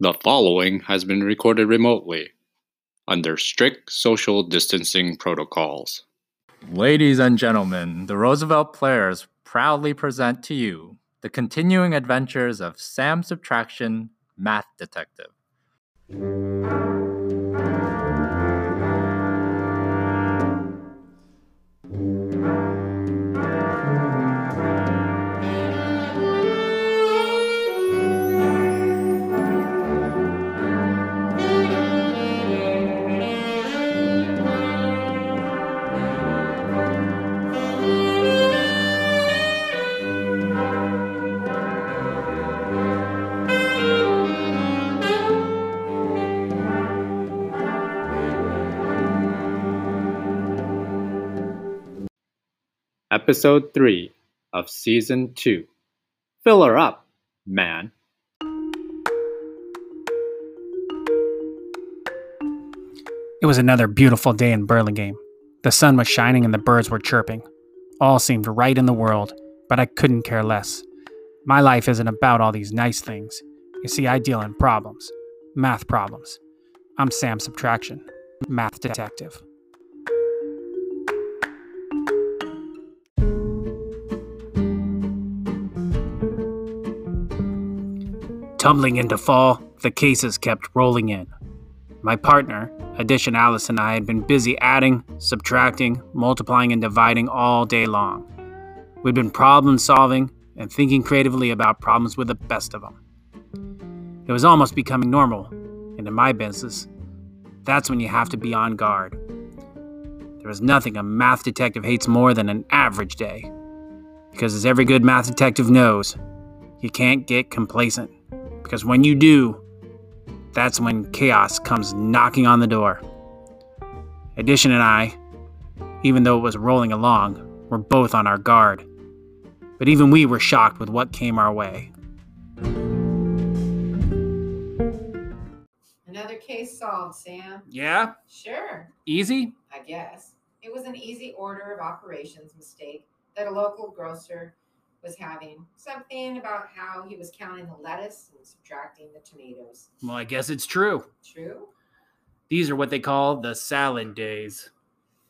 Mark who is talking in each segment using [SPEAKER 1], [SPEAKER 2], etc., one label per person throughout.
[SPEAKER 1] The following has been recorded remotely under strict social distancing protocols.
[SPEAKER 2] Ladies and gentlemen, the Roosevelt Players proudly present to you the continuing adventures of Sam Subtraction, Math Detective.
[SPEAKER 1] Episode 3 of Season 2 Fill Her Up, Man.
[SPEAKER 3] It was another beautiful day in Burlingame. The sun was shining and the birds were chirping. All seemed right in the world, but I couldn't care less. My life isn't about all these nice things. You see, I deal in problems, math problems. I'm Sam Subtraction, math detective. Tumbling into fall, the cases kept rolling in. My partner, Addition Alice, and I had been busy adding, subtracting, multiplying, and dividing all day long. We'd been problem solving and thinking creatively about problems with the best of them. It was almost becoming normal, and in my business, that's when you have to be on guard. There is nothing a math detective hates more than an average day. Because as every good math detective knows, you can't get complacent. Because when you do, that's when chaos comes knocking on the door. Addition and I, even though it was rolling along, were both on our guard. But even we were shocked with what came our way.
[SPEAKER 4] Another case solved, Sam.
[SPEAKER 3] Yeah,
[SPEAKER 4] Sure,
[SPEAKER 3] easy?
[SPEAKER 4] I guess. It was an easy order of operations mistake that a local grocer was having. Something about how he was counting the lettuce and subtracting the tomatoes.
[SPEAKER 3] Well, I guess it's true.
[SPEAKER 4] True?
[SPEAKER 3] These are what they call the salad days.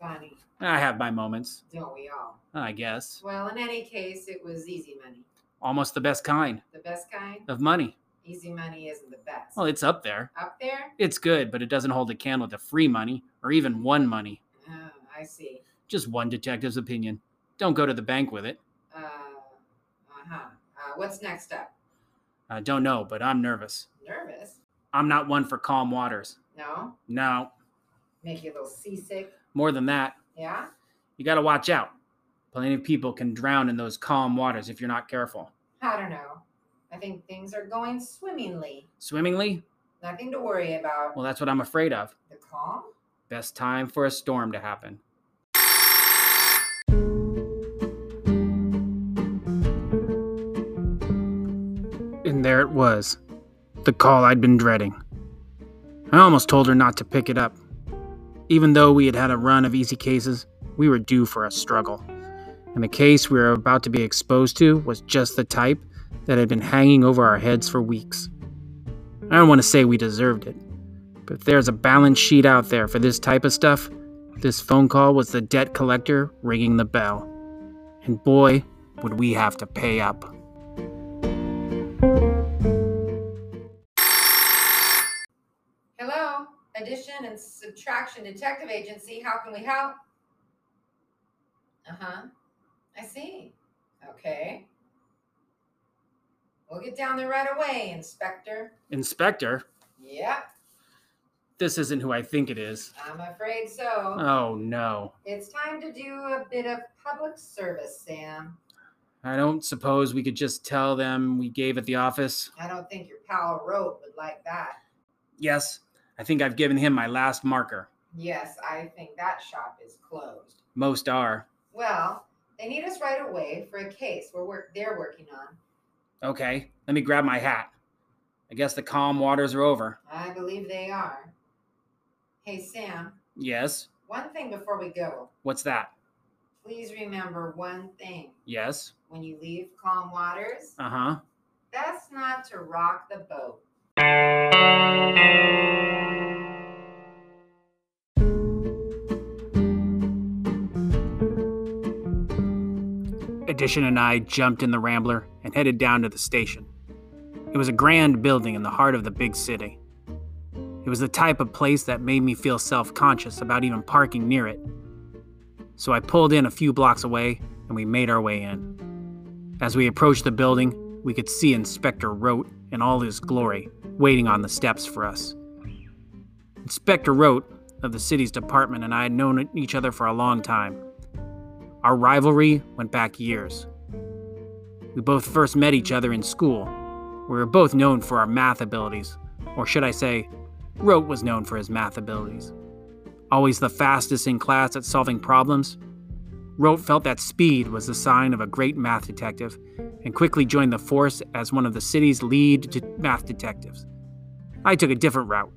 [SPEAKER 4] Funny,
[SPEAKER 3] I have my moments,
[SPEAKER 4] don't we all?
[SPEAKER 3] I guess.
[SPEAKER 4] Well, in any case, it was easy money.
[SPEAKER 3] Almost the best kind
[SPEAKER 4] The best kind?
[SPEAKER 3] of money.
[SPEAKER 4] Easy money isn't the best.
[SPEAKER 3] Well, it's up there.
[SPEAKER 4] Up there?
[SPEAKER 3] It's good, but it doesn't hold a candle to free money or even one money.
[SPEAKER 4] Oh, I see.
[SPEAKER 3] Just one detective's opinion. Don't go to the bank with it.
[SPEAKER 4] Uh huh. Uh, what's next up?
[SPEAKER 3] I don't know, but I'm nervous.
[SPEAKER 4] Nervous?
[SPEAKER 3] I'm not one for calm waters.
[SPEAKER 4] No?
[SPEAKER 3] No,
[SPEAKER 4] Make you a little seasick?
[SPEAKER 3] more than that,
[SPEAKER 4] Yeah?
[SPEAKER 3] you got to watch out. Plenty of people can drown in those calm waters if you're not careful.
[SPEAKER 4] I don't know. I think things are going swimmingly.
[SPEAKER 3] Swimmingly?
[SPEAKER 4] Nothing to worry about.
[SPEAKER 3] Well, that's what I'm afraid of.
[SPEAKER 4] The calm?
[SPEAKER 3] Best time for a storm to happen. And there it was the call I'd been dreading. I almost told her not to pick it up. Even though we had had a run of easy cases, we were due for a struggle. And the case we were about to be exposed to was just the type that had been hanging over our heads for weeks. I don't want to say we deserved it, but if there's a balance sheet out there for this type of stuff, this phone call was the debt collector ringing the bell. And boy, would we have to pay up.
[SPEAKER 4] Hello? Addition and subtraction detective agency. How can we help? Uh huh. I see. Okay. We'll get down there right away, Inspector.
[SPEAKER 3] Inspector,
[SPEAKER 4] Yep,
[SPEAKER 3] this isn't who I think it is.
[SPEAKER 4] I'm afraid so.
[SPEAKER 3] Oh no.
[SPEAKER 4] It's time to do a bit of public service, Sam.
[SPEAKER 3] I don't suppose we could just tell them we gave at the office.
[SPEAKER 4] I don't think your pal Rope would like that.
[SPEAKER 3] Yes, I think I've given him my last marker.
[SPEAKER 4] Yes, I think that shop is closed.
[SPEAKER 3] Most are.
[SPEAKER 4] Well, they need us right away for a case we're work- they're working on.
[SPEAKER 3] Okay, let me grab my hat. I guess the calm waters are over.
[SPEAKER 4] I believe they are. Hey, Sam,
[SPEAKER 3] Yes,
[SPEAKER 4] one thing before we go.
[SPEAKER 3] what's that?
[SPEAKER 4] Please remember one thing.
[SPEAKER 3] Yes,
[SPEAKER 4] When you leave calm waters,
[SPEAKER 3] uh huh.
[SPEAKER 4] that's not to rock the boat.
[SPEAKER 3] Addition and I jumped in the Rambler and headed down to the station. It was a grand building in the heart of the big city. It was the type of place that made me feel self conscious about even parking near it. So I pulled in a few blocks away and we made our way in. As we approached the building, we could see Inspector Rote in all his glory waiting on the steps for us. Inspector Rote of the city's department and I had known each other for a long time. Our rivalry went back years. We both first met each other in school. We were both known for our math abilities, or should I say, Rote was known for his math abilities. Always the fastest in class at solving problems, Rote felt that speed was the sign of a great math detective and quickly joined the force as one of the city's lead de- math detectives. I took a different route.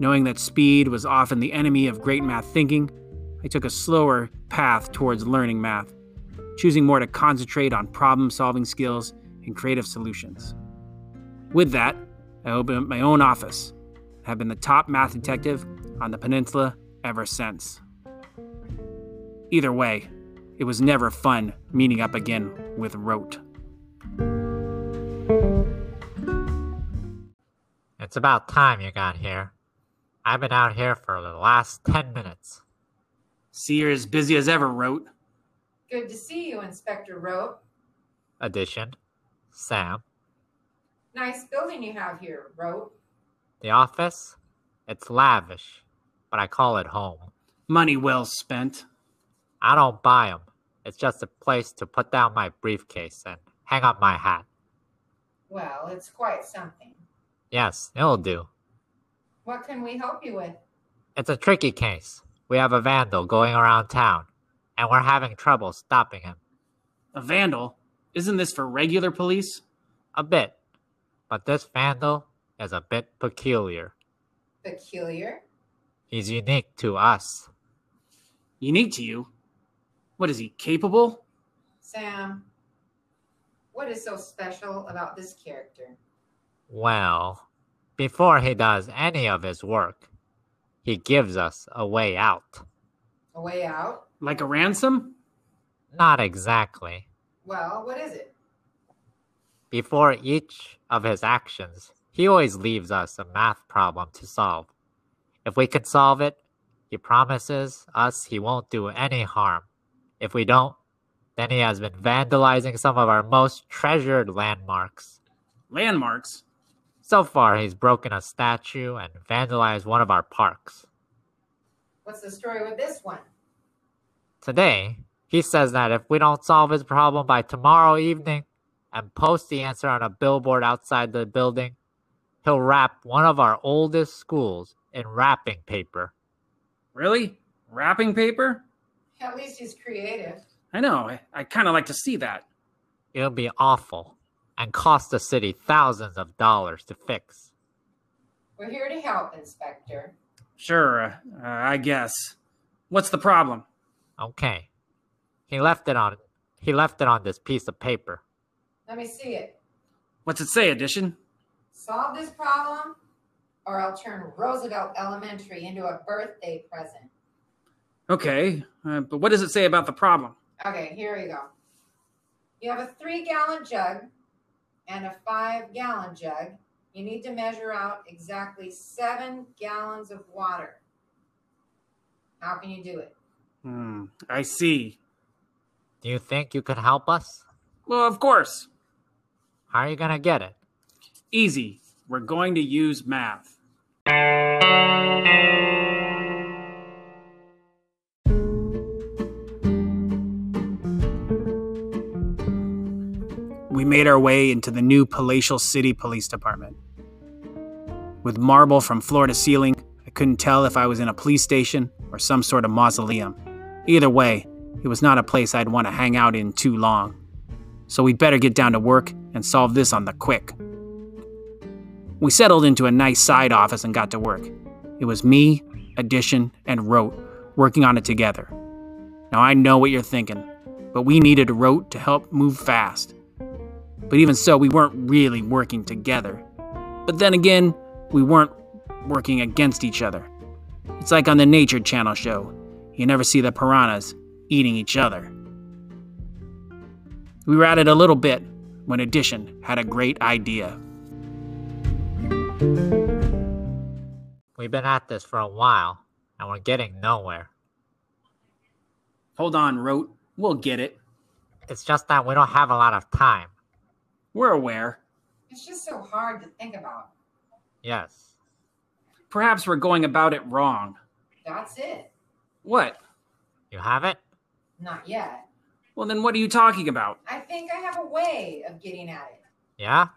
[SPEAKER 3] Knowing that speed was often the enemy of great math thinking, I took a slower path towards learning math, choosing more to concentrate on problem solving skills and creative solutions. With that, I opened up my own office and have been the top math detective on the peninsula ever since. Either way, it was never fun meeting up again with Rote.
[SPEAKER 5] It's about time you got here. I've been out here for the last 10 minutes.
[SPEAKER 3] See, you're as busy as ever, Rote.
[SPEAKER 4] Good to see you, Inspector Rope.
[SPEAKER 5] Addition, Sam,
[SPEAKER 4] Nice building you have here, Rope.
[SPEAKER 5] the office, it's lavish, but I call it home.
[SPEAKER 3] Money well spent.
[SPEAKER 5] I don't buy 'em. It's just a place to put down my briefcase and hang up my hat.
[SPEAKER 4] Well, it's quite something.
[SPEAKER 5] Yes, it'll do.
[SPEAKER 4] What can we help you with?
[SPEAKER 5] It's a tricky case. We have a vandal going around town, and we're having trouble stopping him.
[SPEAKER 3] A vandal? Isn't this for regular police?
[SPEAKER 5] A bit. But this vandal is a bit peculiar.
[SPEAKER 4] Peculiar?
[SPEAKER 5] He's unique to us.
[SPEAKER 3] Unique to you? What is he, capable?
[SPEAKER 4] Sam, what is so special about this character?
[SPEAKER 5] Well, before he does any of his work, he gives us a way out.
[SPEAKER 4] A way out?
[SPEAKER 3] Like a ransom?
[SPEAKER 5] Not exactly.
[SPEAKER 4] Well, what is it?
[SPEAKER 5] Before each of his actions, he always leaves us a math problem to solve. If we can solve it, he promises us he won't do any harm. If we don't, then he has been vandalizing some of our most treasured landmarks.
[SPEAKER 3] Landmarks?
[SPEAKER 5] So far, he's broken a statue and vandalized one of our parks.
[SPEAKER 4] What's the story with this one?
[SPEAKER 5] Today, he says that if we don't solve his problem by tomorrow evening and post the answer on a billboard outside the building, he'll wrap one of our oldest schools in wrapping paper.
[SPEAKER 3] Really? Wrapping paper?
[SPEAKER 4] At least he's creative.
[SPEAKER 3] I know, I, I kind of like to see that.
[SPEAKER 5] It'll be awful and cost the city thousands of dollars to fix.
[SPEAKER 4] We're here to help, Inspector.
[SPEAKER 3] Sure, uh, uh, I guess. What's the problem?
[SPEAKER 5] Okay. He left it on he left it on this piece of paper.
[SPEAKER 4] Let me see it.
[SPEAKER 3] What's it say, Addition?
[SPEAKER 4] Solve this problem, or I'll turn Roosevelt Elementary into a birthday present.
[SPEAKER 3] Okay, uh, but what does it say about the problem?
[SPEAKER 4] Okay, here we go. You have a three gallon jug and a five gallon jug. You need to measure out exactly seven gallons of water. How can you do it?
[SPEAKER 3] Hmm, I see.
[SPEAKER 5] Do you think you can help us?
[SPEAKER 3] Well, of course.
[SPEAKER 5] How are you gonna get it?
[SPEAKER 3] Easy. We're going to use math. We made our way into the new Palatial City Police Department. With marble from floor to ceiling, I couldn't tell if I was in a police station or some sort of mausoleum. Either way, it was not a place I'd want to hang out in too long. So we'd better get down to work and solve this on the quick. We settled into a nice side office and got to work. It was me, Addition, and Rote working on it together. Now I know what you're thinking, but we needed Rote to help move fast. But even so, we weren't really working together. But then again, we weren't working against each other. It's like on the Nature Channel show you never see the piranhas eating each other. We were at it a little bit when Addition had a great idea.
[SPEAKER 5] We've been at this for a while, and we're getting nowhere.
[SPEAKER 3] Hold on, Rote. We'll get it.
[SPEAKER 5] It's just that we don't have a lot of time.
[SPEAKER 3] We're aware.
[SPEAKER 4] It's just so hard to think about.
[SPEAKER 5] Yes.
[SPEAKER 3] Perhaps we're going about it wrong.
[SPEAKER 4] That's it.
[SPEAKER 3] What?
[SPEAKER 5] You have it?
[SPEAKER 4] Not yet.
[SPEAKER 3] Well, then what are you talking about?
[SPEAKER 4] I think I have a way of getting at it.
[SPEAKER 5] Yeah?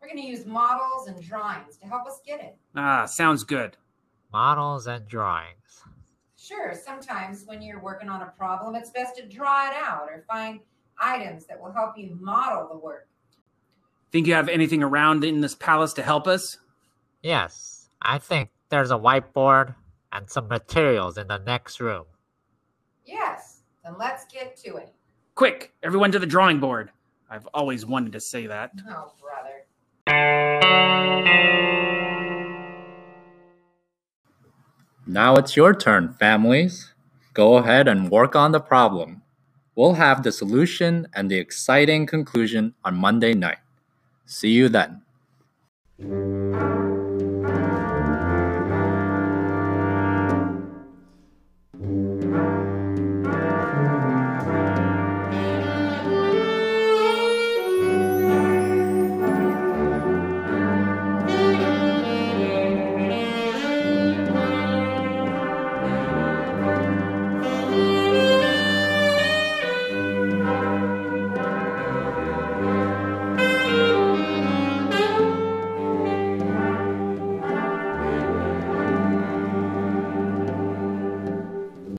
[SPEAKER 4] We're going to use models and drawings to help us get it.
[SPEAKER 3] Ah, sounds good.
[SPEAKER 5] Models and drawings.
[SPEAKER 4] Sure, sometimes when you're working on a problem, it's best to draw it out or find items that will help you model the work.
[SPEAKER 3] Think you have anything around in this palace to help us?
[SPEAKER 5] Yes. I think there's a whiteboard and some materials in the next room.
[SPEAKER 4] Yes, then let's get to it.
[SPEAKER 3] Quick, everyone to the drawing board. I've always wanted to say that.
[SPEAKER 4] Oh, brother.
[SPEAKER 2] Now it's your turn, families. Go ahead and work on the problem. We'll have the solution and the exciting conclusion on Monday night. See you then.